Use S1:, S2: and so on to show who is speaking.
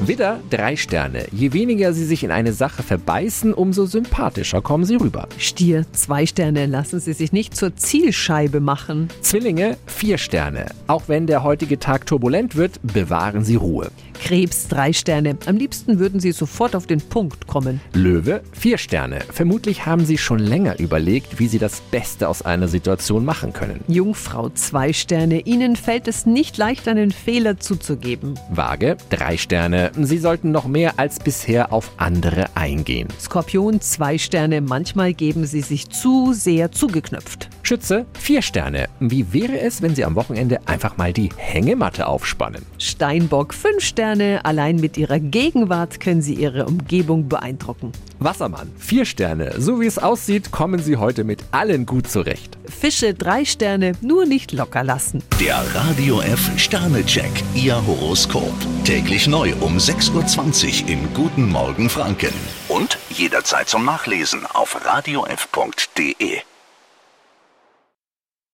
S1: Widder, drei Sterne. Je weniger Sie sich in eine Sache verbeißen, umso sympathischer kommen Sie rüber.
S2: Stier, zwei Sterne, lassen Sie sich nicht zur Zielscheibe machen.
S1: Zwillinge, vier Sterne. Auch wenn der heutige Tag turbulent wird, bewahren Sie Ruhe.
S2: Krebs, drei Sterne, am liebsten würden Sie sofort auf den Punkt kommen.
S1: Löwe, vier Sterne. Vermutlich haben Sie schon länger überlegt, wie Sie das Beste aus einer Situation machen können.
S2: Jungfrau, zwei Sterne, Ihnen fällt es nicht leicht, einen Fehler zuzugeben.
S1: Waage, drei Sterne. Sie sollten noch mehr als bisher auf andere eingehen.
S2: Skorpion, zwei Sterne, manchmal geben Sie sich zu sehr zugeknöpft.
S1: Schütze, vier Sterne. Wie wäre es, wenn Sie am Wochenende einfach mal die Hängematte aufspannen?
S2: Steinbock, fünf Sterne, allein mit Ihrer Gegenwart können Sie Ihre Umgebung beeindrucken.
S1: Wassermann, vier Sterne. So wie es aussieht, kommen Sie heute mit allen gut zurecht.
S2: Fische, drei Sterne, nur nicht locker lassen.
S3: Der Radio F Sternecheck, Ihr Horoskop. Täglich neu um 6.20 Uhr im Guten Morgen Franken. Und jederzeit zum Nachlesen auf radiof.de.